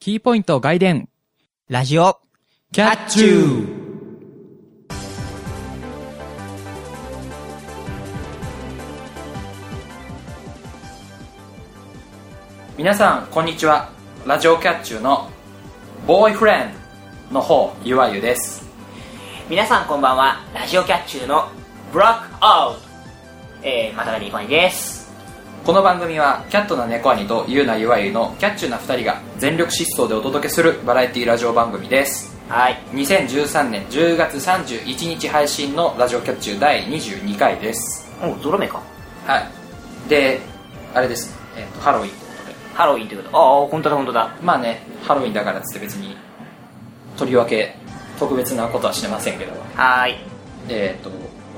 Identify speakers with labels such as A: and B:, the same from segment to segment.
A: キーポイント外伝。
B: ラジオ、
A: キ
B: ャッチュ
A: ー
C: 皆さんこんにちはラジオキャッチューのボーイフレンドの方ゆわゆです
B: 皆さんこんばんは、ラジオキャッチューのブラックアウト、えー、またがりいこにです。
C: この番組はキャットな猫兄とゆうなゆわゆのキャッチューな2人が全力疾走でお届けするバラエティラジオ番組です
B: はい、
C: 2013年10月31日配信のラジオキャッチュー第22回です
B: おゾロ目か。
C: はいであれです、えっとハロウィンということで
B: ハロウィンということ。ああ、本当だ本当だ。
C: まあねハロウィンだからっつって別にとりわけ特別なことはしてませんけど
B: はーい。
C: えっ、と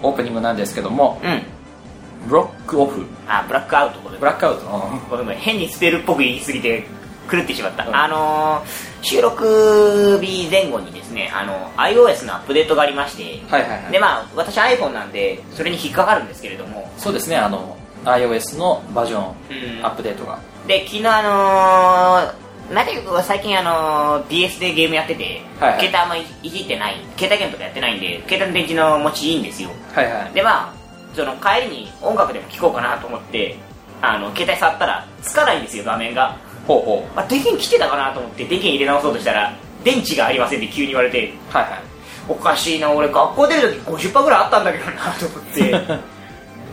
C: オープニングなんですけども
B: うん。
C: ブロックオフ
B: あーブラックアウトことで
C: ブラックアウトの
B: ごめんごめん変にスペルっぽく言いすぎて狂ってしまった、
C: うん
B: あのー収録日前後にですねあの iOS のアップデートがありまして、
C: はいはいはい
B: でまあ私 iPhone なんでそれに引っかかるんですけれども
C: そうですねあの iOS のバージョ
B: う
C: ン
B: ん
C: アップデートが、
B: で昨日あのーなぜか僕は最近あのー DS でゲームやってて、
C: はいはい
B: 携帯あんまいいじってない携帯ゲームとかやってないんで携帯の電池の持ちいいんですよ
C: はいはい
B: でまあその帰りに音楽でも聴こうかなと思ってあの携帯触ったらつかないんですよ画面が
C: ほうほ
B: あ電源切ってたかなと思って電源入れ直そうとしたら電池がありませんって急に言われて
C: うはいはい
B: おかしいな俺学校出る時50%ぐらいあったんだけどなと思って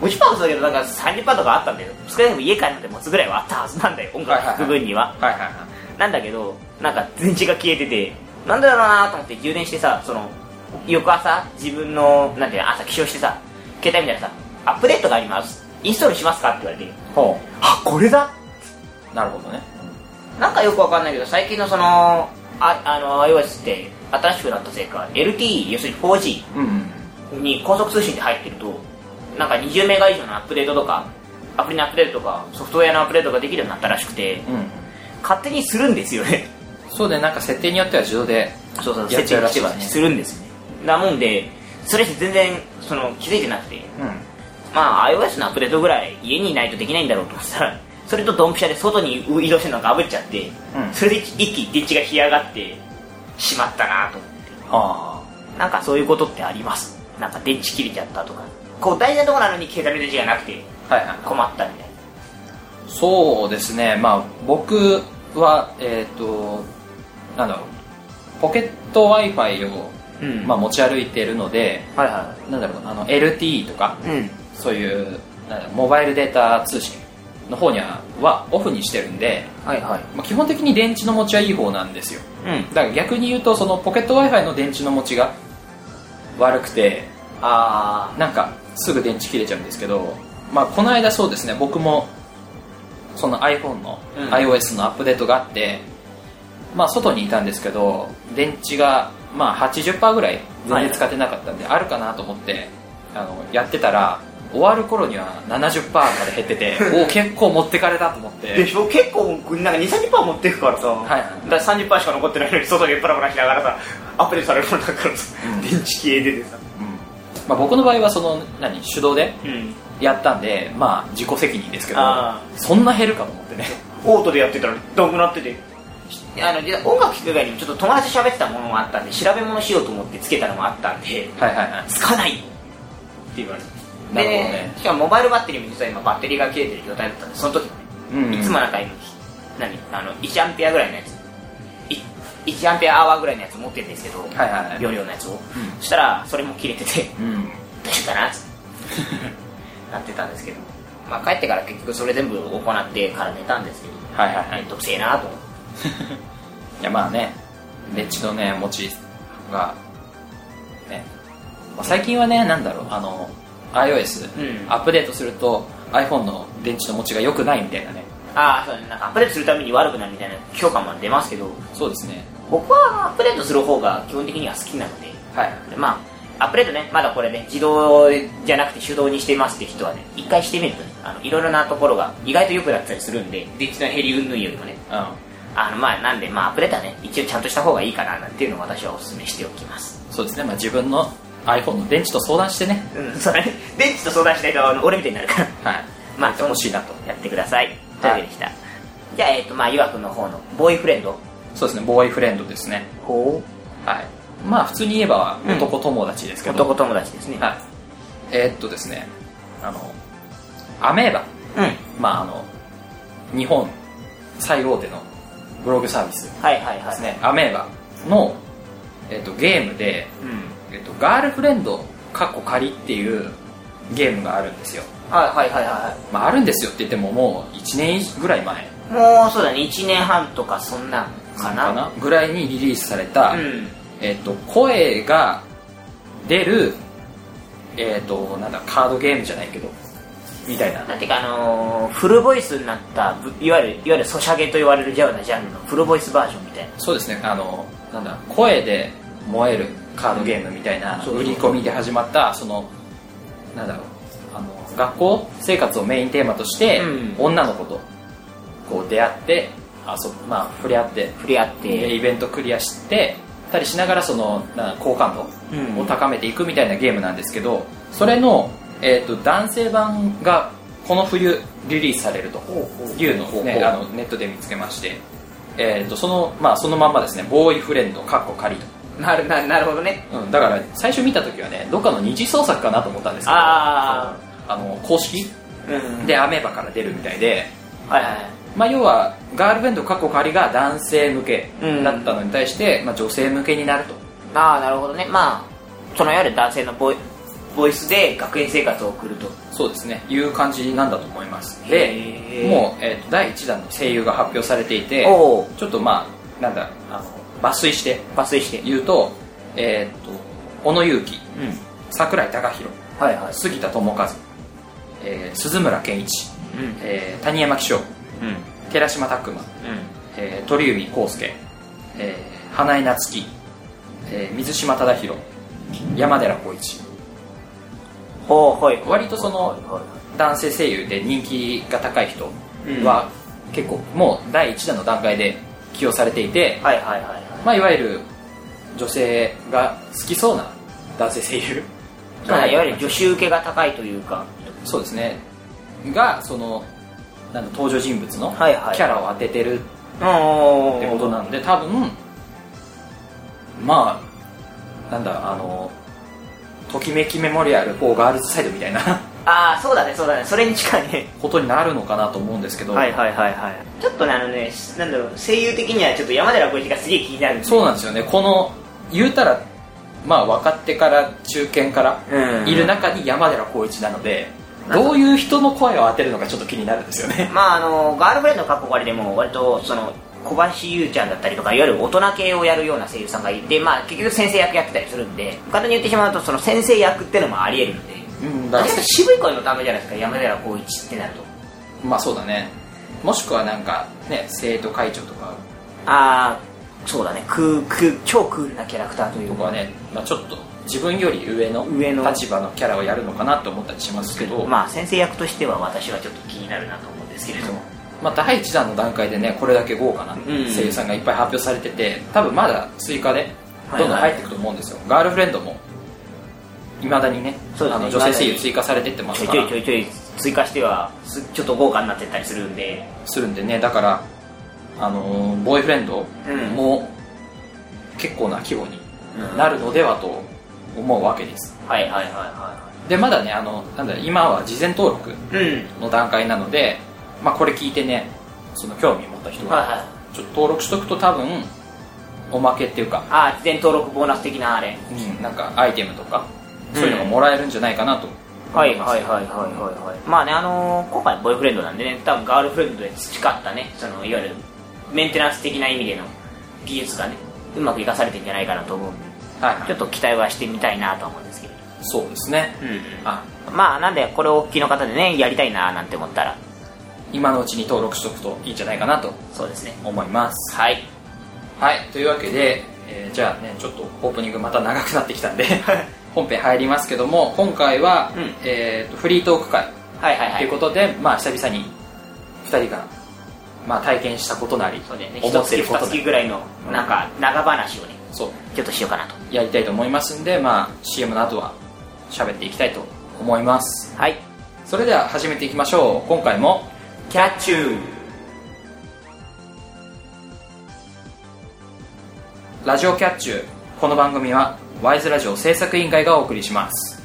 B: 50%もそうだけどなんか30%とかあったんだよ少なくとも家帰って持つぐらいはあったはずなんだよ音楽聴く分には
C: はいはいは
B: なんだけどなんか電池が消えててなんだろうなと思って充電してさその翌朝自分のなんていうの朝起床してさ携帯みたいなさアップデートがありますインストールしますかって言われて
C: いほ
B: あこれだ
C: うなるほどね
B: なんかよくわかんないけど最近のそのああの iOS って新しくなったせいか LTE 要するに 4G
C: うん、うん、
B: に高速通信で入ってるとなんか20メガ以上のアップデートとかアプリのアップデートとかソフトウェアのアップデートができるようになったらしくて
C: うん
B: 勝手にするんですよね
C: そうでなんか設定によっては自動で
B: そうそう
C: やっち
B: 設
C: ゃう
B: 定
C: ら
B: し
C: しい
B: て
C: で
B: は
C: すね
B: するんですよねなもんでそれって全然その気づいてなくてまあ iOS のアップデートぐらい家にいないとできないんだろうと思ってたら それとドンピシャで外に移動してるのがぶっちゃって、
C: うん
B: それで一気に電池が干上がってしまったなと思
C: うんあ
B: ってなんかそういうことってありますなんか電池切れちゃったとかこう大事なところなのに携帯の電池がなくて
C: あはいはい
B: 困ったみたい
C: そうですねまあ僕はえっ、となんだろうポケット w i f i を、
B: なうん
C: まあ、持ち歩いてるので
B: はいは
C: なんだろうあの LTE とか
B: いうん
C: そういうなんだろうモバイルデータ通信の方にははオフにしてるんで、
B: はいはい
C: まあ、基本的に電池の持ちはいい方なんですよ
B: うん
C: だから逆に言うとそのポケット w i f i の電池の持ちが悪くて
B: あ
C: なんかすぐ電池切れちゃうんですけど、まあ、この間そうですね僕もその iPhone の
B: うん
C: iOS のアップデートがあって、まあ、外にいたんですけど電池がまあ80%ぐらい全然使ってなかったんで、あるかなと思ってあのやってたら終わる頃には70%まで減って ておお結構持ってかれたと思っ
B: あ
C: て
B: しょ結構なんか2030%持ってくからさ
C: はい
B: だから30%しか残ってないのに外でプラプラしながらさアップデートされるもんだからさ、
C: うん
B: 電池消えててさ
C: うんまあ、僕の場合はその何手動で
B: うん
C: やったんでまあ自己責任ですけど
B: あ
C: そんな減るかと思ってね
B: オートでやってたらなくなっててあの実は音楽聴く以外にもちょっと友達と喋ってたものもあったんで調べ物しようと思ってつけたのもあったんで
C: はいはいはい
B: つかないって言われて
C: なるほどね
B: でしかもモバイルバッテリーも実は今バッテリーが切れてる状態だったんでその時、
C: うんうん
B: いつもなんか今何あの1アンペアぐらいのやつい1アンペアアワーぐらいのやつ持ってるんですけど、
C: はいはいはい
B: 容量のやつを、そしたらそれも切れてて
C: うん
B: 大丈夫かなって なってたんですけど、まあ、帰ってから結局それ全部行ってから寝たんですけど
C: はいはいはい
B: 面倒くせえなと思って
C: いやまあね電池のね持ちがね、まあ最近はねなんだろうあの iOS、
B: うん
C: アップデートすると iPhone の電池の持ちが良くないみたいなね
B: ああそうねなんかアップデートするために悪くなるみたいな評価も出ますけど
C: そうですね
B: 僕はアップデートする方が基本的には好きなので
C: はい
B: でまあアップデートねまだこれね自動じゃなくて手動にしてますって人はね一回してみるとねあのいろいろなところが意外と良くなったりするんで電池の減り云々よりもね
C: う
B: あのまあなんでまあアップデートはね一応ちゃんとした方がいいかななんていうのを私はお勧めしておきます
C: んそうですね、まあ、自分の iPhone の電池と相談してね
B: うん、それね、電池と相談しないとあの俺みたいになるから。
C: はい
B: まあ、
C: やってほしいなと
B: やってください。というわけでした。じゃあ、えっ、と、まあ、ゆわくんの方のボーイフレンド
C: そうですねボーイフレンドですね
B: ほ
C: はいまあ普通に言えば
B: うん
C: 男友達ですけど、
B: 男友達ですね、
C: はいえーっとですねあのアメーバ
B: うん
C: まああの日本最大手のブログサービスで
B: はいはいはい
C: すね、アメーバの、えーっとゲームで、
B: うん
C: えーっとガールフレンドカッコ仮っていうゲームがあるんですよ、
B: はいはいはいは
C: まあ、あるんですよって言ってももう1年ぐらい前
B: いもうそうだね1年半とかそんなんかな
C: ぐらいにリリースされた、
B: うん
C: えっと声が出る、えっとなんだカードゲームじゃないけどみたいな
B: なんていうかあのーフルボイスになったぶいわゆるいわゆるソシャゲと言われるようなジャンルのフルボイスバージョンみたいな
C: そうですねあのなんだ声で燃えるカードゲームみたいな
B: そうそう
C: 売り込みで始まったそのなんだろうあの学校生活をメインテーマとして、
B: うん
C: 女の子とこう出会って遊ぶまあ触れ合って
B: 触れ合っ
C: で
B: て
C: イベントクリアしてたりしながらそのな好感度
B: うん
C: を高めていくみたいなゲームなんですけどそれの、えー、と男性版がこの冬リリースされるというのを、ね、あのネットで見つけまして、えー、とそのまあそのまんまですねボーイフレンドかっこ仮と、
B: なるななるほどね
C: うん、だから最初見た時はねどっかの二次創作かなと思ったんですけど
B: あ
C: あの公式
B: うん
C: でアメーバから出るみたいで
B: はいはいはい
C: まあ、要はガールフレンド過去仮が男性向けだったのに対して、まあ、女性向けになると
B: ああなるほどねまあそのいわゆる男性のボイボイスで学園生活を送ると
C: そうですねいう感じなんだと思いますで
B: へー
C: もう、えーと第1弾の声優が発表されていて
B: おお
C: ちょっとまあなんだあの抜粋して
B: 抜粋して
C: 言うと,、えー、と小野勇気
B: うん
C: 桜井貴弘
B: はいはい
C: 杉田智和、えー鈴村健一、
B: うん
C: えー谷山紀章
B: うんうん
C: 寺島拓磨えー鳥海浩介、えー花江夏樹、えー水島忠宏山寺宏一
B: ほうはい
C: 割とその
B: はい
C: 男性声優で人気が高い人は、結構もう第1弾の段階で起用されていて、
B: はいはいはいはい
C: まあ、いわゆる女性が好きそうな男性声優
B: まあいわゆる女子受けが高いというか
C: そうですねがそのなんか登場人物のキ
B: はいはい
C: ャラを当ててる
B: うんお
C: ってことなので多分まあなんだあのときめきメモリアル4ガールズサイドみたいな
B: ああそうだねそうだねそれに近いね
C: ことになるのかなと思うんですけど、
B: はいはいはいちょっとねあのねしなんだろう声優的にはちょっと山寺宏一がすげえ気になる
C: そうなんですよねこの言うたらまあ若手から中堅から
B: うん
C: いる中に山寺宏一なので、
B: なんか
C: どういう人の声を当てるのかちょっと気になるんですよね
B: まああのガールフレンドの過去割でも割とその小林優ちゃんだったりとかいわゆる大人系をやるような声優さんがいて、まあ、結局先生役やってたりするんで他に言ってしまうとその先生役ってのもありえるので
C: うんだ
B: 確
C: から
B: かに渋い声のダメじゃないですか山寺宏一ってなると
C: まあそうだねもしくはなんかね生徒会長とか
B: ああそうだねクークー超クールなキャラクターという
C: 僕
B: か
C: はね、まあ、ちょっと自分より上の
B: 上の
C: 立場のキャラをやるのかなと思ったりしますけど、ま
B: まあ先生役としては私はちょっと気になるなと思うんですけれども
C: あ、第1弾の段階でねこれだけ豪華な
B: うん
C: 声優さんがいっぱい発表されてて多分まだ追加で
B: はい
C: どんどん入っていくと思うんですよ、ガールフレンドもいまだにね
B: そうで
C: あ
B: すね
C: の女性声
B: 未だ
C: 優
B: に
C: 追加されてってま
B: ち
C: す
B: ょい
C: か
B: ちょい
C: ら
B: ちょいちょい追加してはすちょっと豪華になってったりするんです
C: るんでねだから、あのーボーイフレンド
B: うん
C: も結構な規模になるのではと思うわけです
B: はいはいはいは
C: でまだねあのなんだ今は事前登録
B: いはいうん
C: の段階なので、まあ、これ聞いてねその興味持った人
B: はい
C: が
B: はい
C: ちょっと登録しとくと多分おまけっていうか、
B: ああ事前登録ボーナス的なあれ
C: うん、なんかアイテムとか
B: うん
C: そういうのがもらえるんじゃないかなと思います、
B: はいはいはいはいまあねあのー今回ボーイフレンドなんでね多分ガールフレンドで培ったねそのいわゆるメンテナンス的な意味での技術がねうまく生かされてんじゃないかなと思うんで
C: はい
B: ちょっと期待はしてみたいなと思うんですけれど
C: そうですね
B: うん、
C: あ
B: まあなんでこれをお聞きの方でねやりたいななんて思ったら
C: 今のうちに登録しとくといいんじゃないかなと
B: そうですね
C: 思います
B: はい
C: はいというわけで、えーじゃあねちょっとオープニングまた長くなってきた んで本編入りますけども今回は、
B: うん
C: えーとフリートーク会
B: はいはいは
C: と
B: い
C: いうことで、まあ、久々に2人が、まあ、体験したことなり、
B: そうだよね
C: 思
B: 一
C: って
B: 月
C: るこ
B: 二
C: とな
B: 月
C: り
B: ぐらいのなんか長話をね
C: そう
B: ちょっとしようかなと
C: やりたいと思いますんで、まあ、CM の後は喋っていきたいと思います
B: はい
C: それでは始めていきましょう今回も
B: キャッチュー
C: ラジオキャッチューこの番組はワイズラジオ制作委員会がお送りします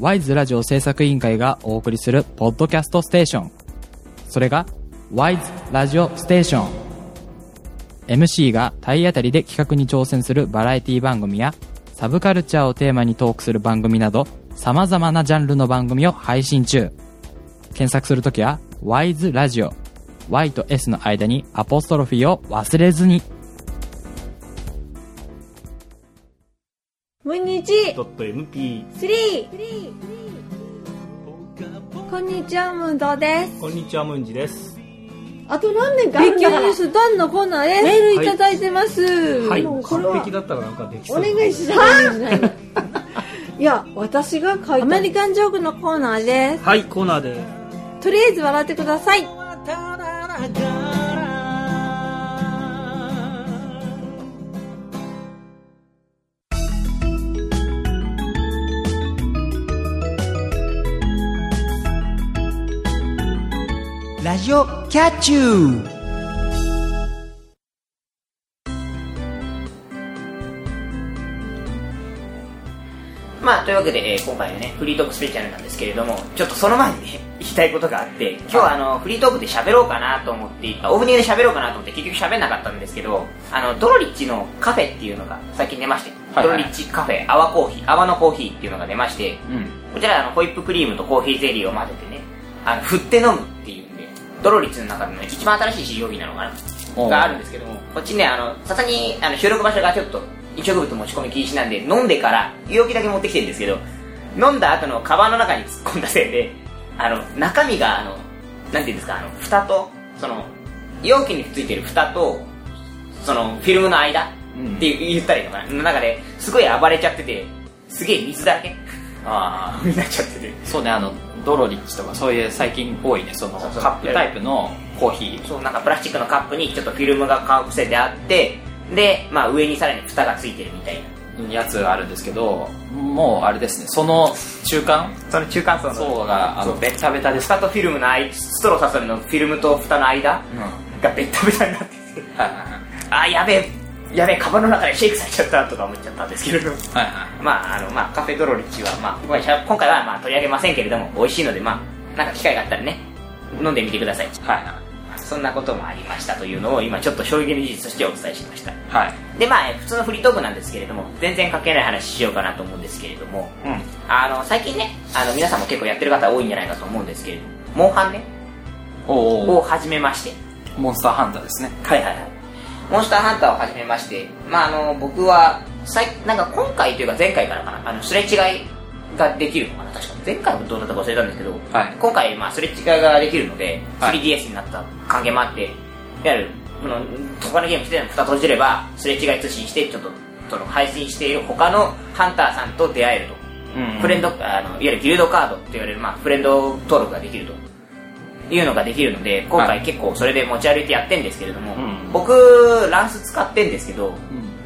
C: ワイズラジオ制作委員会がお送りするポッドキャストステーションそれがワイズラジオステーション MC が体当たりで企画に挑戦するバラエティ番組やサブカルチャーをテーマにトークする番組など様々なジャンルの番組を配信中検索するときは WISE ラジオ Y と S の間にアポストロフィーを忘れずに
D: ムニチ
E: ドット MP
D: スリーこんにちはムンドです
E: こんにちはムンジです
F: あと何年かある
D: 勉
F: んだか
D: 強
F: ら
D: ニュース団のコーナーですメールいただいてます、
E: はい
F: これは
E: 完璧だったらなんかでき
F: お
E: そう
F: 願いしないしないの いや私が書い
D: ア
F: た
D: メリカンジョークのコーナーです
E: はいコーナーで
D: とりあえず笑ってください
G: ラジオキャッチュー
B: まあ、というわけで、えー今回のね、フリートークスペシャルなんですけれども、ちょっとその前にね、言いたいことがあって、今日はあの、フリートークで喋ろうかなと思って、あオープニングで喋ろうかなと思って、結局喋んなかったんですけど、あの、ドロリッチのカフェっていうのが最近出まして、
C: はいはい
B: ドロリッチカフェ、泡コーヒー、泡のコーヒーっていうのが出まして、
C: うん
B: こちらあのホイップクリームとコーヒーゼリーを混ぜてね、あの振って飲むっていうんで、ドロリッツの中でも一番新しい市場品なのか
C: おう
B: ながあるんですけども、こっちね、あの、さすがにあの収録場所がちょっと飲食物持ち込み禁止なんで、飲んでから容器だけ持ってきてるんですけど、飲んだ後のカバンの中に突っ込んだせいで、あの、中身があの、なんていうんですか、あの、蓋と、その、容器についてる蓋と、その、フィルムの間って言ったらいいのかな、の中で、すごい暴れちゃってて、すげえ水だらけ。
C: あ
B: になっちゃってて
C: あそうねあのドロリッチとかそういう最近多いねその
B: そうそう
C: カップタイプのコーヒー
B: そうなんかプラスチックのカップにちょっとフィルムがかぶせてあってで、まあ、上にさらに蓋がついてるみたいな
C: やつあるんですけどもうあれですねその中間
B: その中間層の
C: 層があの
B: そう
C: ベッタベタです
B: 蓋とフィルムの間ストローさするのフィルムと蓋の間
C: うんはい
B: がベッタベタになってて
C: はいはい
B: あーやべえやべえカバンの中でシェイクされちゃったとか思っちゃったんですけれども
C: はいはい
B: まああのまあカフェドロリッチは、まあ、今回しゃ今回はまあ取り上げませんけれども美味しいのでまあなんか機会があったらね飲んでみてください
C: はい
B: そんなこともありましたというのを今ちょっと衝撃の事実としてお伝えしました
C: はい
B: でまあえー普通のフリートークなんですけれども全然関係ない話しようかなと思うんですけれども
C: はい
B: あの最近ねあの皆さんも結構やってる方多いんじゃないかと思うんですけれどもモンハンね
C: うんおうおう
B: を始めまして
C: モンスターハンターですね
B: はいはいはいモンスターハンターを始めましてまああの僕は最なんか今回というか前回からかなあのすれ違いができるのかな確か前回はどうだったか忘れたんですけど、
C: はい
B: 今回まあすれ違いができるので、
C: はい
B: 3DS になった関係もあっていわゆるこの他のゲームして蓋閉じればすれ違い通信してちょっとその配信している他のハンターさんと出会えると、
C: うん
B: フレンドあのいわゆるギルドカードって言われる、まあ、フレンド登録ができるというのができるので今
C: は
B: 回
C: い
B: 結構それで持ち歩いてやってんですけれども、
C: うん
B: 僕ランス使ってんですけど、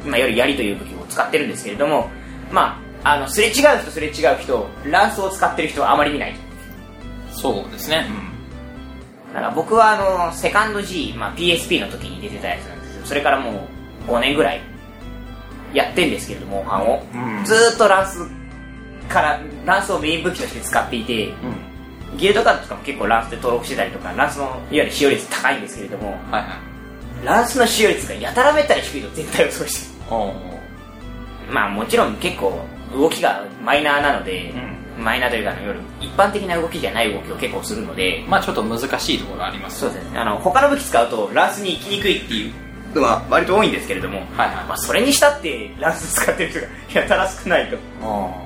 B: まあ、より槍という武器を使ってるんですけれどもまああのすれ違う人すれ違う人ランスを使ってる人はあまり見ない
C: そうですね
B: だから僕はあのセカンド G、まあ、PSP の時に出てたやつなんですよそれからもう5年ぐらいやってんですけれどもモンハンを、
C: うん
B: ずーっとランスからランスをメイン武器として使っていて、
C: うん
B: ギルドカードとかも結構ランスで登録してたりとかランスのいわゆる使用率高いんですけれども
C: はいはい
B: ランスの使用率がやたらめったら低いと全体をそうして
C: おうおう
B: まあもちろん結構動きがマイナーなので、マイナーというかあのいわゆる一般的な動きじゃない動きを結構するので
C: まあちょっと難しいところあります
B: そうですねあの他の武器使うとランスに行きにくいっていうのは割と多いんですけれども、
C: はいはい
B: まあ、それにしたってランス使ってる人が やたら少ないと
C: おう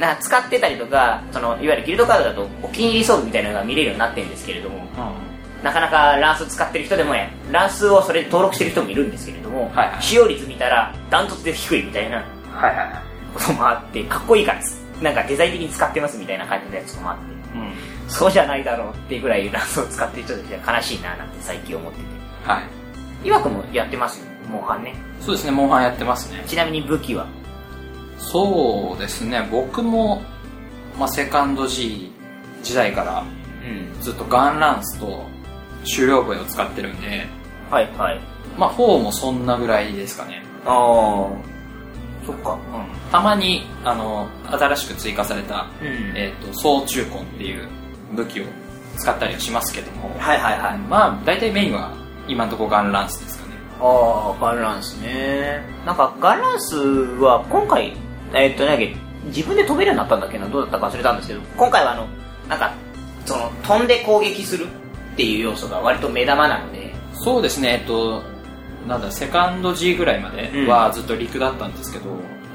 B: な使ってたりとかそのいわゆるギルドカードだとお気に入り装備みたいなのが見れるようになってるんですけれども
C: うん
B: なかなかランス使ってる人でもねランスをそれで登録してる人もいるんですけれども、
C: はいはい
B: 使用率見たらダントツで低いみたいな
C: はいはいはい
B: こともあってかっこいいからなんかデザイン的に使ってますみたいな感じのやつとかもあって
C: うん
B: そうじゃないだろうっていうぐらいランスを使ってる人たちは悲しいななんて最近思ってて
C: はい
B: 岩くんもやってますよモンハンね
C: そうですねモンハンやってますね
B: ちなみに武器は
C: そうですね僕も
F: まあ、セカンド G 時代から
B: うん。
F: ずっとガンランスと狩猟笛を使ってるんで、
B: はいはい。
F: まあ、4もそんなぐらいですかね。
B: あー。そっか。
F: うん。たまに、あの、新しく追加された、
B: うん。
F: えっ、と、総中魂っていう武器を使ったりはしますけども、
B: はいはいはい。
F: まあ、大体メインは今のところガンランスですかね。
B: ああガンランスねなんかガンランスは今回えーっとなんだっけ自分で飛べるようになったんだっけなどうだったか忘れたんですけど今回はあのなんかその飛んで攻撃するっていう要素が割と目玉なので
F: そうですね、えっと、なんだ、セカンド G ぐらいまではずっと陸だったんですけど、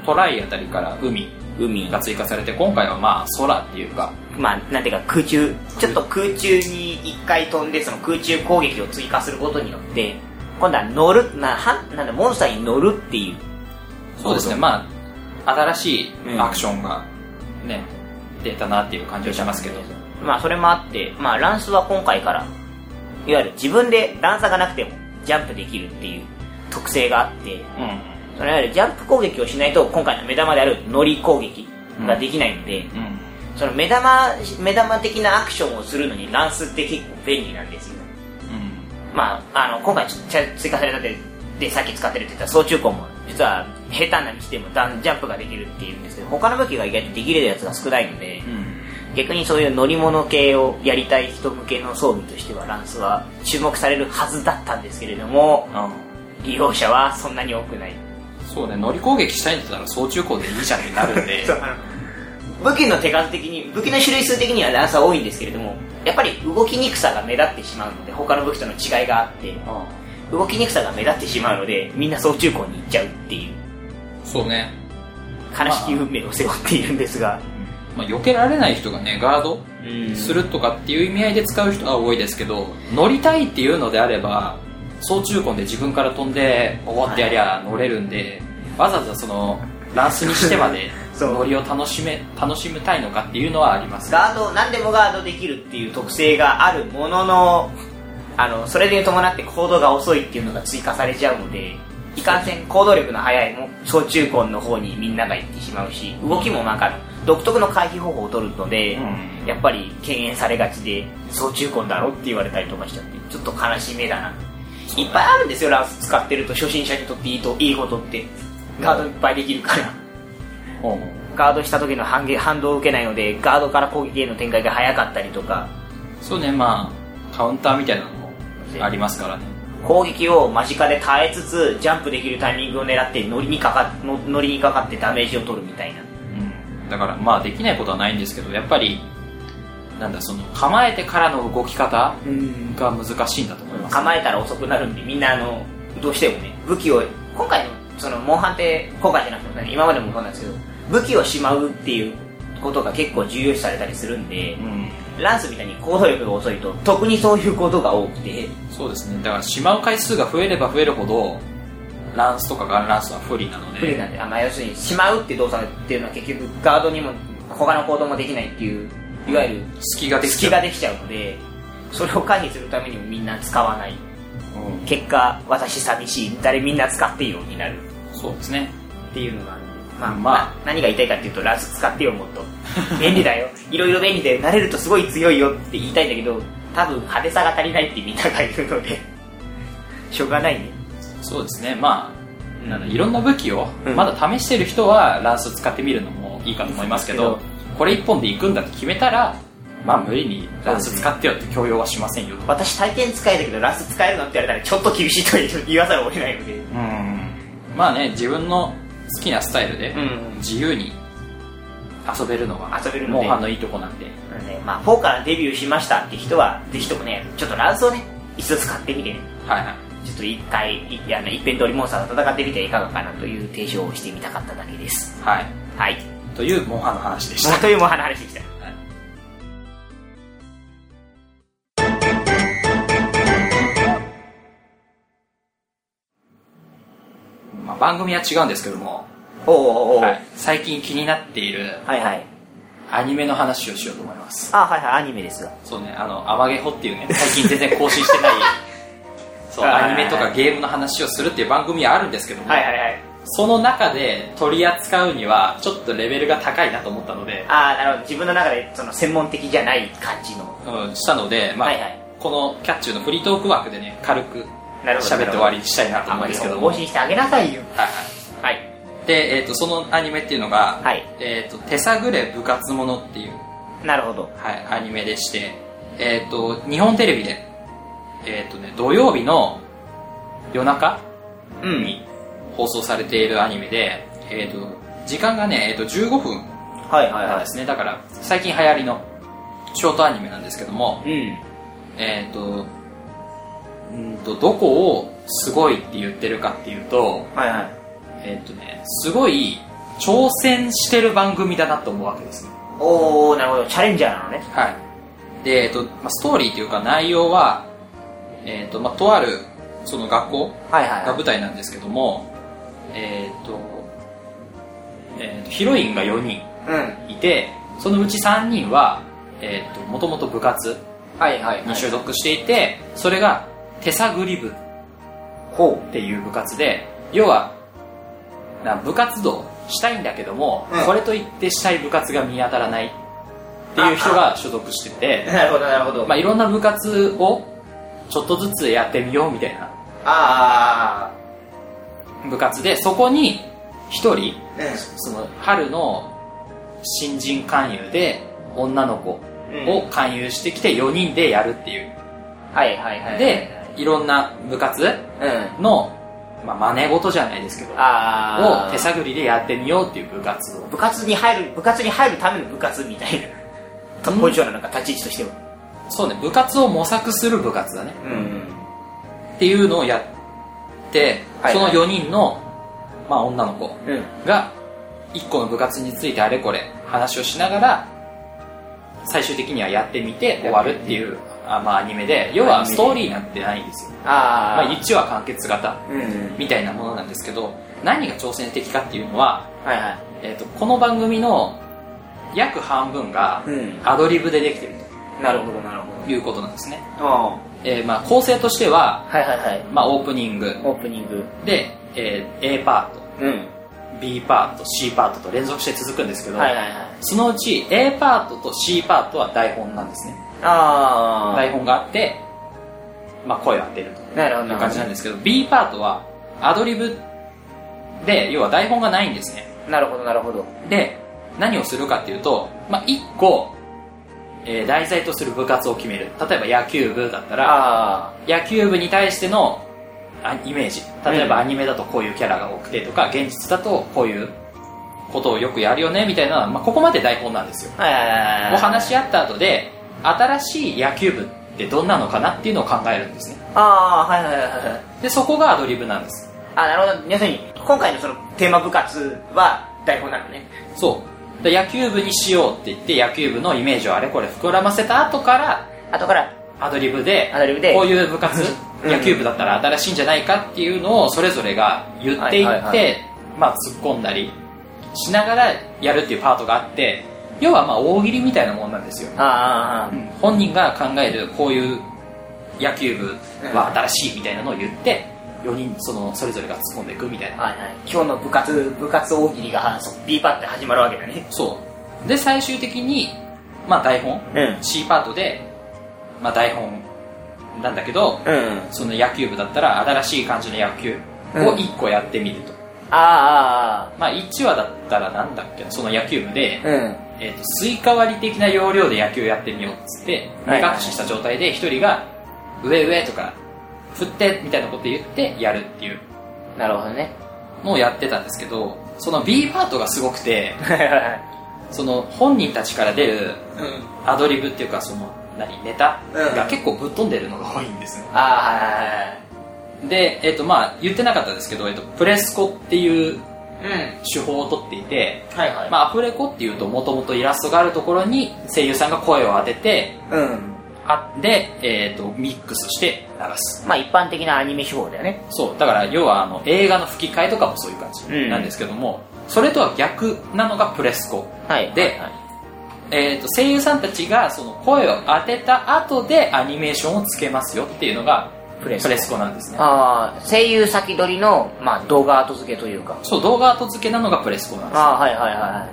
F: トライあたりから海
B: 海
F: が
B: が
F: 追加されて、今回はまあ空っていうか、
B: まあなんていうか空中ちょっと空中に一回飛んでその空中攻撃を追加することによって今度は乗るなはなんだモンスターに乗るっていう
F: そうですね、まあ、新しいアクションがね、出たなっていう感じはしますけど、
B: まあそれもあって、まあランスは今回から、いわゆる自分で段差がなくてもジャンプできるっていう特性があって、
F: う
B: そのいわゆるジャンプ攻撃をしないと今回の目玉である乗り攻撃ができないので、
F: ん。うん。
B: その目玉、目玉的なアクションをするのにランスって結構便利なんですよ。まあ、あの、今回ちょちゃ追加されたで、で、さっき使ってるって言った総中魂も、実は下手なにしても段ジャンプができるっていうんですけど、他の武器が意外とできるやつが少ないので、
F: うん。うん。
B: 逆にそういう乗り物系をやりたい人向けの装備としてはランスは注目されるはずだったんですけれども利用者はそんなに多くない
F: そうね、乗り攻撃したいんだったら総中高でいいじゃんってなるん で、
B: 武器の手数的に武器の種類数的にはランスは多いんですけれどもやっぱり動きにくさが目立ってしまうので他の武器との違いがあって動きにくさが目立ってしまうのでみんな総中高に行っちゃうっていう
F: そうね、
B: 悲しき運命を背負っているんですが、
F: まあ、避けられない人がね、ガード
B: うん
F: するとかっていう意味合いで使う人は多いですけど乗りたいっていうのであれば総中根で自分から飛んでおわってやりゃ乗れるんで、わざわざそのランスにしてまで
B: そう
F: 乗りを楽しめ楽しみたいのかっていうのはあります
B: ガード何でもガードできるっていう特性があるもののあのそれに伴って行動が遅いっていうのが追加されちゃうのでいかんせん行動力の速いも小中根の方にみんなが行ってしまうし動きもなんか独特の回避方法を取るので、
F: うん
B: やっぱり敬遠されがちで小中根だろって言われたりとかしちゃってちょっと悲しめだな、いっぱいあるんですよランス使ってると初心者にとっていいといいことってガードいっぱいできるから
F: うん
B: ガードした時の反撃反動を受けないのでガードから攻撃への展開が早かったりとか
F: そうねまあカウンターみたいなのもありますからね
B: 攻撃を間近で耐えつつジャンプできるタイミングを狙って乗りにかかの乗りにかかってダメージを取るみたいな
F: うんだからまあできないことはないんですけどやっぱりなんだその構えてからの動き方が難しいんだと思います、
B: 構えたら遅くなるんでみんなあのどうしてもね武器を今回のそのモンハンって今回じゃなくてもね今までもそうなんですけど武器をしまうっていうことが結構重要視されたりするんで、
F: うん
B: ランスみたいに行動力が遅いと特にそういうことが多くて
F: そうですねだからしまう回数が増えれば増えるほどランスとかガンランスは不利なので
B: 不利なんで、あまあ、要するにしまうって動作っていうのは結局ガードにも他の行動もできないっていういわゆる
F: 隙ができち
B: 隙
F: ゃう
B: ができちゃうのでそれを回避するためにもみんな使わない
F: うん
B: 結果私寂しい誰みんな使ってよになる
F: そうですね
B: っていうのがあるんでまあ、
F: まあ
B: まあ、何が言いたいかっていうとラス使ってよもっと 便利だよいろいろ便利で慣れるとすごい強いよって言いたいんだけど多分派手さが足りないってみんなが言うのでしょうがないね
F: そうですねまあなんだ
B: うん
F: いろんな武器を
B: うん
F: まだ試してる人はランス使ってみるのもいいかと思いますけどこれ一本で行くんだって決めたらまあ無理にランス使ってよって強要はしませんよと
B: 私体験使えたけどラス使えるのって言われたらちょっと厳しいと言わざるを得ないので
F: うんまあね自分の好きなスタイルで
B: うん
F: 自由に遊べるのが
B: 遊べるの
F: モ
B: で
F: ンハンのいいとこなんで
B: なので、まあ、4からデビューしましたって人は、ぜひともね、ちょっとランスをね、一度使ってみてね、
F: はいはい
B: ちょっと一回、いあの一遍通りモンスターと戦ってみてはいかがかなという提唱をしてみたかっただけです。
F: はい
B: はい。
F: というモンハンの話でし
B: もう
F: た
B: というもはの話でした。
F: まあ、番組は違うんですけども、
B: おおおお、
F: はい最近気になっている
B: はいはい。
F: アニメの話をしようと思います
B: あ、はいはい、アニメですが。
F: そうねあの「アマゲホ」っていうね最近全然更 新してないそう
B: はいは
F: ア
B: いはい
F: ニメとかゲームの話をするっていう番組はあるんですけども、
B: はいはいはい。
F: その中で取り扱うにはちょっとレベルが高いなと思ったので、
B: ああなるほど自分の中でその専門的じゃない感じの
F: うん、したので、まあ
B: はいはい
F: このキャッチューのフリートーク枠でね軽く
B: なるほど
F: 喋って終わりにしたいなと
B: あん
F: 思う
B: ま
F: ん
B: り
F: ですけ
B: そ
F: ど
B: う
F: も
B: 更新してあげなさいよ
F: はい
B: はい
F: はいで、えー、とそのアニメっていうのが「
B: はい
F: えー、と手探れ部活もの」っていう、
B: なるほど
F: はい、アニメでして、えー、と日本テレビで、えーとね、土曜日の夜中
B: うん
F: に放送されているアニメで、えー、と時間がね、えー、と15分
B: はいはい
F: なん
B: は
F: ですねだから最近流行りのショートアニメなんですけども、
B: いうん
F: えー、とうんとどこをすごいって言ってるかっていうと,、
B: はいはい
F: えーとね、すごい挑戦してる番組だなと思うわけですね
B: おおなるほどチャレンジャーなのね
F: はいで、えーとまあ、ストーリーというか内容は、えーとまあ、とあるその学校
B: はいはい
F: が舞台なんですけども、えーとえーとヒロインが4人
B: うん
F: いてそのうち3人はもともと部活
B: はいはい
F: に所属していて、それが手探り部っ
B: ほ
F: ていう部活で要はな部活動したいんだけども、
B: うん
F: これといってしたい部活が見当たらないっていう人が所属して
B: う
F: て
B: なるほどなるほど
F: まあ、いろんな部活をちょっとずつやってみようみたいな
B: あ
F: 部活でそこに1人
B: あう
F: その春の新人勧誘で女の子
B: ん
F: を勧誘してきて4人でやるっていう
B: はいはいはい
F: でいろんな部活
B: うん
F: の、まあ、真似事じゃないですけど
B: ああ
F: を手探りでやってみようっていう部活を
B: 部活に入る部活に入るための部活みたいな
F: うん
B: ポジションなのか立ち位置としては
F: そうね部活を模索する部活だね
B: うん
F: っていうのをやって、
B: はい
F: その4人の、まあ、女の子
B: うん
F: が1個の部活についてあれこれ話をしながら最終的にはやってみて終わるっていうあ、まあ、アニメで要はストーリーなんてないんですよ、
B: あ
F: ま
B: あ
F: あ、1話完結型
B: うん
F: みたいなものなんですけど何が挑戦的かっていうのは
B: はいはい
F: えー、とこの番組の約半分が
B: うん
F: アドリブでできてる
B: なるほどなるほ
F: ということなんですね、
B: どあ
F: えーまあ、構成としては、
B: あはいはいはい
F: まあ、オープニング
B: オープニング
F: で、えー A パート
B: うん
F: B パート C パートと連続して続くんですけど、
B: はいはいはい
F: そのうち A パートと C パートは台本なんですね
B: ああ
F: 台本があって、まあ、声を当てると
B: なるほど
F: いう
B: な
F: 感
B: る
F: じ
B: ほ
F: なんですけど B パートはアドリブで要は台本がないんですね
B: どなるほどなるほど
F: で何をするかっていうと、まあ、1個、えー題材とする部活を決める例えば野球部だったら
B: あ
F: 野球部に対してのあイメージ例え
B: うん
F: ばアニメだとこういうキャラが多くてとか現実だとこういうことをよくやるよねみたいな、まあ、ここまで台本なんですよ
B: あはいはいはいはい
F: お話し合った後で新しい野球部ってどんなのかなっていうのを考えるんですね
B: ああはいはいはいはい
F: でそこがアドリブなんです
B: あなるほど要するに今回のそのテーマ部活は台本なのね
F: そうで野球部にしようって言って野球部のイメージをあれこれ膨らませた後から
B: 後から
F: アドリブで
B: アドリブで
F: こういう部活
B: うん
F: 野球部だったら新しいんじゃないかっていうのをそれぞれが言っていって、
B: はいはいは
F: まあ、突っ込んだりしながらやるっていうパートがあって要はまあ大喜利みたいなもんなんですよ、
B: あーあー
F: 本人が考えるこういう野球部は新しいみたいなのを言って4人そのそれぞれが突っ込んでいくみたいな
B: あーはいはい今日の部活部活大喜利がそう B パって始まるわけだね
F: そうで最終的に、まあ、台本
B: うん
F: C パートで、まあ、台本なんだけど、
B: うん
F: その野球部だったら新しい感じの野球を1個やってみると、
B: あ
F: まあ1話だったらなんだっけなその野球部で、
B: あうん
F: えーとスイカ割り的な要領で野球やってみようっつって
B: は
F: 目
B: いはい
F: 隠しした状態で1人が「上上」とか「振って」みたいなこと言ってやるっていう
B: なるほどね
F: のをやってたんですけどその B パートがすごく て
B: はいはいはい
F: その本人たちから出る
B: うん
F: アドリブっていうかその何ネタ
B: うん
F: が結構ぶっ飛んでるのが多いんですね
B: ああ
F: で、えっとまあ、言ってなかったですけど、えっと、プレスコっていう
B: はいはいはいうん
F: 手法をとっていて、
B: はいはい
F: まあ、アフレコっていうともともとイラストがあるところに声優さんが声を当てて
B: うん
F: あで、えっとミックスして流す
B: まあ一般的なアニメ手法だよね
F: そうだから要はあの映画の吹き替えとかもそういう感じなんですけども、それとは逆なのがプレスコ、
B: はい
F: でえっと声優さんたちがその声を当てた後でアニメーションをつけますよっていうのが
B: プレス
F: プレスコなんですね
B: ああ声優先取りの、まあ、動画後付けというか
F: そう動画後付けなのがプレスコなんです
B: ああはいはいは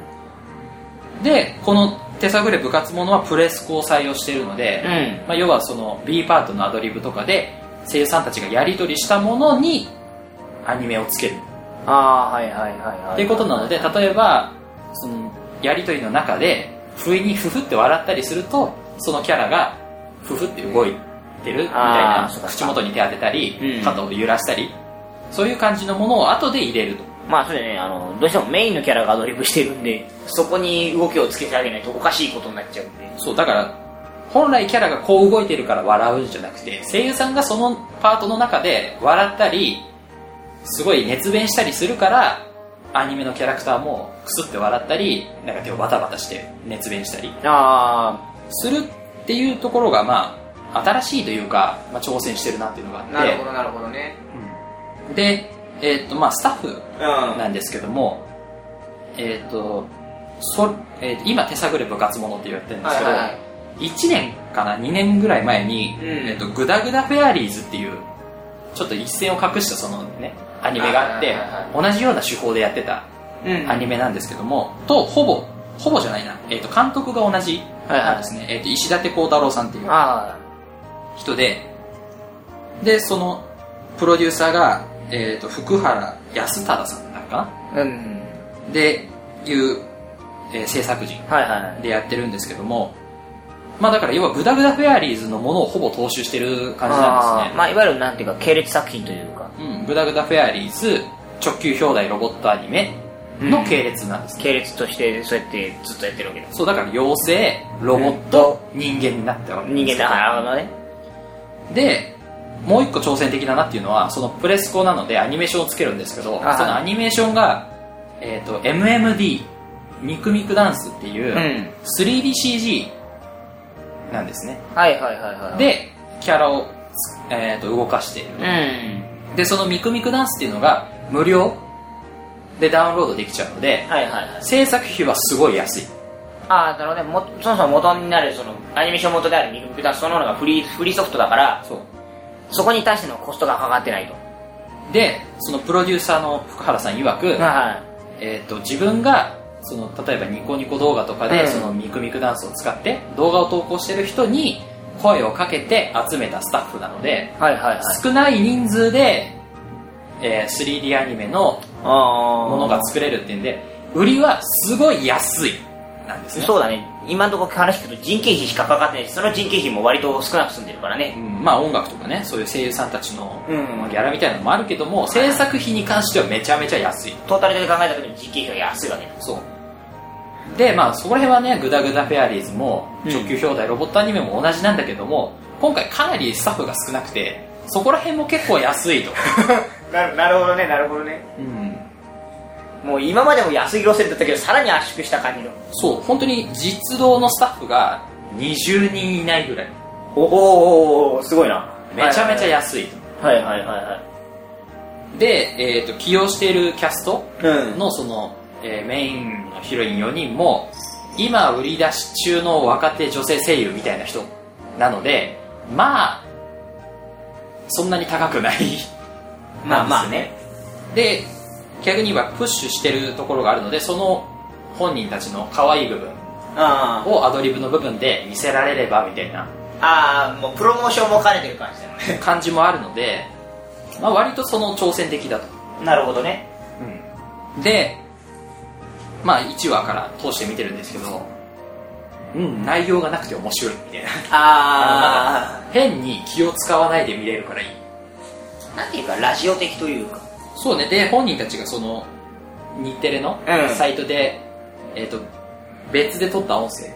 F: でこの手探り部活ものはプレスコを採用しているので、
B: いはい
F: まあ、要はその B パートのアドリブとかで声優さんたちがやり取りしたものにアニメをつける
B: うんああはいはいはいはい
F: っていうことなので例えばそのやり取りの中で不意にフフって笑ったりするとそのキャラがフフって動いてるみたい
B: あー
F: な
B: そうか
F: 口元に手当てたり
B: うん
F: 肩を揺らしたりそういう感じのものを後で入れると
B: まあそうだよねあのどうしてもメインのキャラがアドリブしてるんでそこに動きをつけてあげないとおかしいことになっちゃうんで
F: そうだから本来キャラがこう動いてるから笑うんじゃなくて声優さんがそのパートの中で笑ったりすごい熱弁したりするからアニメのキャラクターもクスって笑ったりなんか手をバタバタして熱弁したり
B: あ
F: するっていうところがまあ新しいというか、まあ、挑戦してるなっていうのがあって
B: どなるほどね
F: で、えーっとまあ、スタッフ
B: うんは
F: なんですけども、えーっとそえー今手探れ部活ものって言ってるんですけど、1年かな2年ぐらい前に、
B: うん
F: えっとグダグダフェアリーズっていうちょっと一線を隠したそのねアニメがあっ
B: は
F: て
B: いはいはい
F: 同じような手法でやってた
B: いうん
F: アニメなんですけども、とほぼほぼじゃないな、えっと監督が同じ
B: はいはい
F: なんですね、えっと石立幸太郎さんっていう
B: あ
F: 人ででそのプロデューサーが、えっと福原康忠さんだったか
B: あうん
F: なでいう、えー制作人
B: はいはい
F: でやってるんですけども、まあだから要はグダグダフェアリーズのものをほぼ踏襲してる感じなん
B: あ
F: で
B: ーまあいわゆるなんていうか系列作品というか
F: すね。うん、グダグダフェアリーズ直球兄弟ロボットアニメの系列なんですね。
B: 系列としてそうやってずっとやってるわけだ
F: そうだから妖精、ロボット、人間になったわけ
B: 人間だなるほどね
F: で、もう一個挑戦的だなっていうのは、そのプレスコなのでアニメーションをつけるんですけど、そ
B: はい
F: のアニメーションが、えっ、と、MMD、ミクミクダンスっていう、3DCG なんですね。
B: はいはいはいはい
F: でキャラを、えー、と動かしている
B: うん
F: でそのミクミクダンスっていうのが無料でダウンロードできちゃうので
B: はいはいはい
F: 制作費はすごい安い
B: ああなるほどねもそもそも元になるそのアニメーション元であるミクミクダンスそのものがフリーフリーソフトだから
F: そう
B: そこに対してのコストがかかってないと
F: でそのプロデューサーの福原さん曰く、
B: は
F: えー、と自分がその例えばニコニコ動画とかで、
B: うん
F: そのミクミクダンスを使って動画を投稿してる人に声をかけて集めたスタッフなので
B: いはいはいはい
F: 少ない人数で、えー 3D アニメの
B: あ
F: ものが作れるっていうんで売りはすごい安いなんですね
B: そうだね今のところ話聞くと人件費しかかかってないしその人件費も割と少なく済んでるからね
F: うんまあ音楽とかねそういう声優さんたちの、
B: うん
F: まあギャラみたいなのもあるけども制作費に関してはめちゃめちゃ安い
B: トータルで考えた時に人件費は安いわけだ
F: そうでまあそこら辺はねグダグダフェアリーズも
B: うん
F: 直球表題ロボットアニメも同じなんだけども今回かなりスタッフが少なくてそこら辺も結構安いと、
B: ななるほどねなるほどね
F: うん、
B: もう今までも安い路線だったけどさらに圧縮した感じの
F: そう本当に実動のスタッフが20人いないぐらい
B: おおおすごいな
F: めちゃめちゃ安いと
B: はいはいはいは
F: で、えー、と起用しているキャスト
B: いうん
F: のその、えーメインのヒロイン4人も今売り出し中の若手女性声優みたいな人なのでまあそんなに高くない
B: まあまあね
F: で逆に言えばプッシュしてるところがあるのでその本人たちの可愛い部分
B: あ
F: をアドリブの部分で見せられればみたいな
B: ああもうプロモーションも兼ねてる感じだね
F: 感じもあるので、まあ、割とその挑戦的だと
B: なるほどね
F: で、まあ1話から通して見てるんですけど、うん、内容がなくて面白いみたいな。
B: あ
F: 変に気を使わないで見れるからいい。
B: あなんていうかラジオ的というか
F: そうね、で、本人たちがその、日テレの
B: うん
F: サイトで、えっ、と、別で撮った音声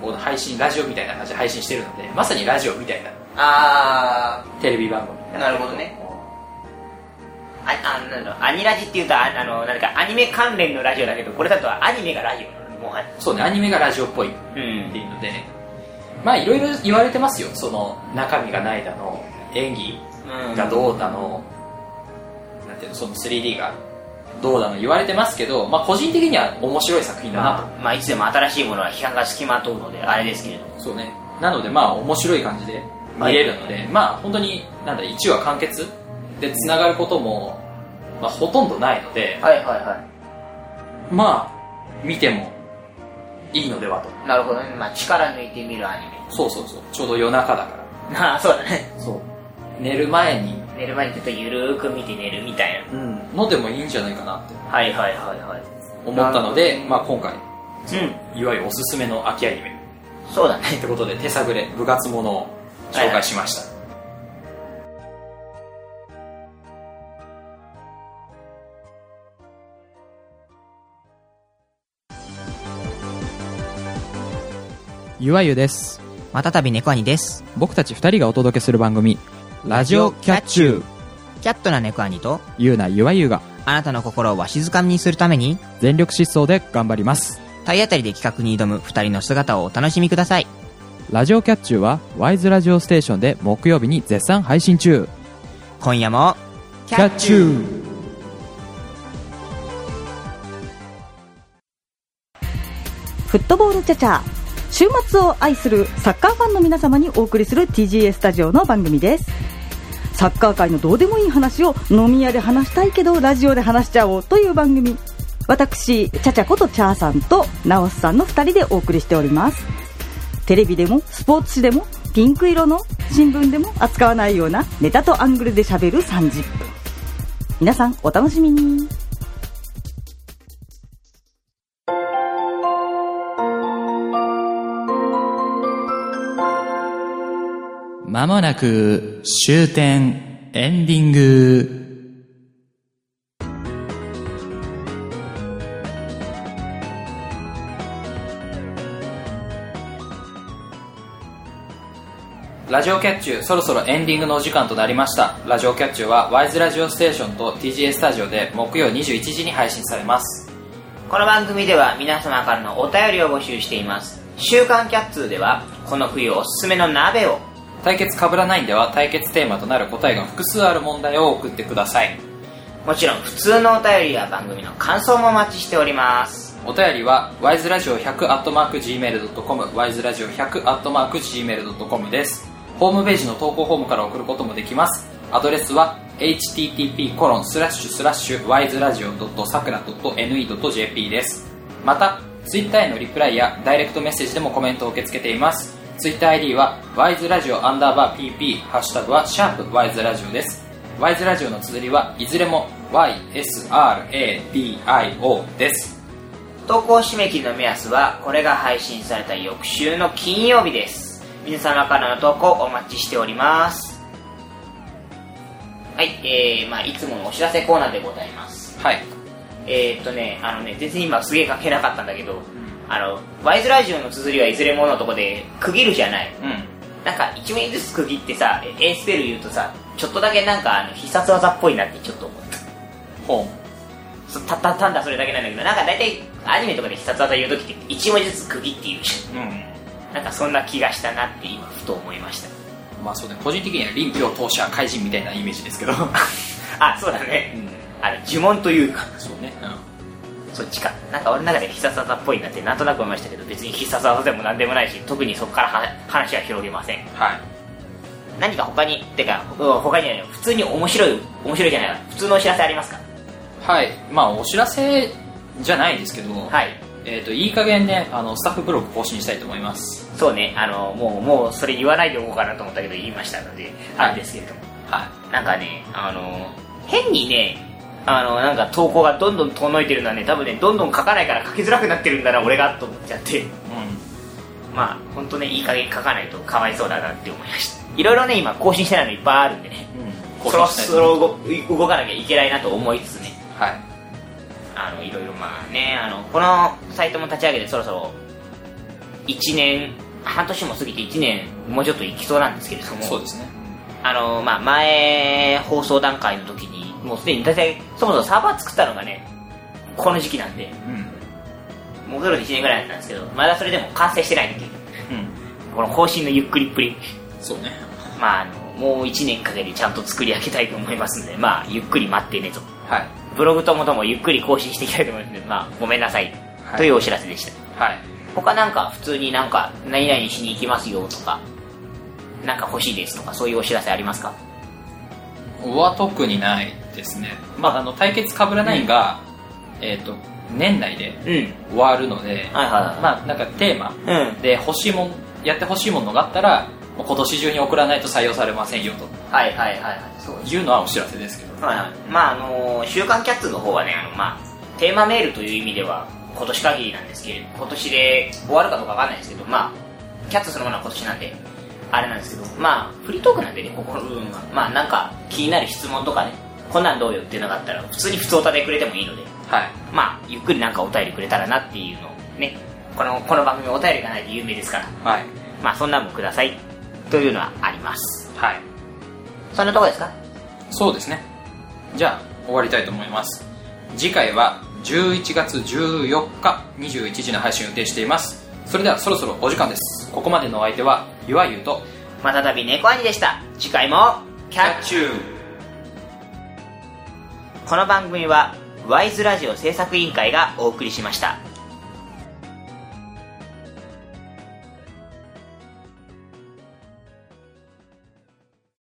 B: うん
F: を配信、ラジオみたいな感じで配信してるので、まさにラジオみたいな
B: あ
F: テレビ番組
B: あなるほどねああなんだろうアニラジっていうとああのなんかアニメ関連のラジオだけどこれだとアニメがラジオなのねもはや
F: そうね、アニメがラジオっぽいっ
B: う
F: て
B: ん
F: いうので、まあいろいろ言われてますよ、その中身がないだの、演技がどうだの、なんていうの、その 3D がどうだの言われてますけど、まあ個人的には面白い作品だな
B: まあ、まあいつでも新しいものは批判が隙間とうのであれですけれども
F: と。そうね。なのでまあ面白い感じで
B: はい
F: 見れるので、まあ本当になんだ1話完結でつながることも、まあ、ほとんどないので、
B: はいはいは
F: まあ見てもいいのではと
B: いなるほどねまあ力抜いてみるアニメ
F: そうそうそうちょうど夜中だから
B: ああそうだね
F: そう寝る前に
B: 寝る前にちょっとゆるーく見て寝るみたい
E: うん。
F: のでもいいんじゃないかなって
B: なはいはいはいはい
F: 思ったので、まあ、今回
B: う
F: いわゆるおすすめの秋アニメ
B: んそうだね
F: ってことで手探れ部活ものを紹介しました、
C: ゆわゆです
H: またたび猫兄です。
C: 僕たち2人がお届けする番組「ラジオキャッチュー
H: キャットな猫兄と、」
C: ゆうなゆわゆが
H: あなたの心をわしづかみにするために、
C: 全力疾走で頑張ります
H: 体当たりで企画に挑む二人の姿をお楽しみください。
C: ラジオキャッチューはワイズラジオステーションで木曜日に絶賛配信中
H: 今夜も、
C: キャッチュー
I: フットボールチャチャ週末を愛するサッカーファンの皆様にお送りする TGA スタジオの番組ですサッカー界のどうでもいい話を飲み屋で話したいけどラジオで話しちゃおうという番組私チャチャことチャーさんとナオスさんの2人でお送りしておりますテレビでもスポーツ紙でもピンク色の新聞でも扱わないようなネタとアングルで喋る30分皆さんお楽しみに
C: まもなく終点エンディング
F: ラジオキャッチューそろそろエンディングのお時間となりましたラジオキャッチューはワイズラジオステーションと TGA スタジオで木曜21時に配信されます
B: この番組では皆様からのお便りを募集しています「週刊キャッツ」ではこの冬おすすめの鍋を
F: 対決かぶらないんでは対決テーマとなる答えが複数ある問題を送ってください
B: もちろん普通のお便りや番組の感想もお待ちしております
F: お便りは wiseradio100.gmail.com wiseradio100.gmail.com ですホームページの投稿フォームから送ることもできますアドレスは http://wiseradio.sakura.ne.jp ですまた Twitter へのリプライやダイレクトメッセージでもコメントを受け付けています TwitterID は wiseradio_pp ハッシュタグはシャープ wiseradio ですワイズラジオの綴りはいずれも YSRADIO です
B: 投稿締め切りの目安はこれが配信された翌週の金曜日です皆様からの投稿お待ちしておりますはいえー、まあいつものお知らせコーナーでございます
F: はい。
B: えー、っとねあのね全然今すげえ書けなかったんだけどあのワイズラジオの綴りはいずれものとこで区切るじゃない
F: うん。
B: なんか1名ずつ区切ってさ A スペル言うとさちょっとだけなんかあの必殺技っぽいなってちょっと思った
F: 本。
B: そうたたたんだそれだけなんだけどなんか大体アニメとかで必殺技言う時って1文字ずつ区切って言うし
F: うん。
B: なんかそんな気がしたなって今ふと思いました
F: まあそうね、個人的には臨氷投射怪人みたいなイメージです けど。
B: あそうだね、あの呪文というか
F: そうね。
B: そっちかなんか俺の中で必殺技っぽいなってなんとなく思いましたけど別に必殺技でも何でもないし特にそこからは話は広げません
F: はい。
B: 何か他にてかうん他にはね普通に面白い面白いじゃないわ普通のお知らせありますか
F: はい。まあお知らせじゃないですけど、
B: はい
F: えっ、と、いい加減ね、あの、スタッフブログ更新したいと思います。
B: そうねあのもうもうそれ言わないでおこうかなと思ったけど言いましたので
F: は
B: あ
F: い
B: れですけれども
F: は
B: なんかね、あの、変にね、あの、なんか投稿がどんどん遠のいてるのはね、多分ね、どんどん書かないから書きづらくなってるんだな、俺が、と思っちゃって。
F: い。うん。
B: まあ、ほんとね、いい加減書かないとかわいそうだなって思いました。いろいろね、今更新してないのいっぱいあるんでね、
F: 更
B: そろ
F: 新したい
B: そ
F: と思い
B: ろ動動かなきゃいけないなと思いつつね、
F: ます。はい。
B: あの、いろいろまあね、あの、このサイトも立ち上げてそろそろ、1年、半年も過ぎて1年、もうちょっといきそうなんですけれども、
F: そうですね。
B: あのまあ、前放送段階の時にもうすでに大体そもそもサーバー作ったのがねこの時期なんで
F: うん。
B: もうそれで1年ぐらいだったんですけどまだそれでも完成してないっていう
F: うん。
B: この更新のゆっくりっぷり
F: そうね。
B: まああのもう1年かけてちゃんと作り上げたいと思いますんでまあゆっくり待ってねと
F: はい。
B: ブログともともゆっくり更新していきたいと思いますんでまあごめんなさい、
F: はい
B: というお知らせでした
F: はい。
B: 他なんか普通になんか何々しに行きますよとかなんか欲しいですとかそういうお知らせありますか
F: は特にないですね、まあ、あの対決かぶらないが、えっと年内で
B: うんはい
F: 終わるので、
B: は
F: まあ、なんかテーマ
B: いはいうん
F: で欲しいもんやってほしいものがあったらもう今年中に送らないと採用されませんよ
B: はいはいはいはいそう
F: というのはお知らせですけど
B: はいはいまああのー週刊キャッツの方はねあの、まあ、テーマメールという意味では今年限りなんですけれど今年で終わるかどうかわかんないですけどまあキャッツそのものは今年なんであれなんですけどまあフリートークなんでねここの部分はまあなんか気になる質問とかねこんなんどうよっていうのがあったら普通に普通おたでくれてもいいので
F: はい
B: まあゆっくりなんかお便りくれたらなっていうのをねこのこの番組お便りがないで有名ですから
F: はい
B: まあそんなんもくださいというのはあります
F: はい
B: そんなとこですか
F: そうですねじゃあ終わりたいと思います次回は11月14日21時の配信を予定していますそれではそろそろお時間ですここまでのお相手はゆわゆうと
B: またたび猫兄でした次回もキャッチューこの番組はワイズラジオ制作委員会がお送りしました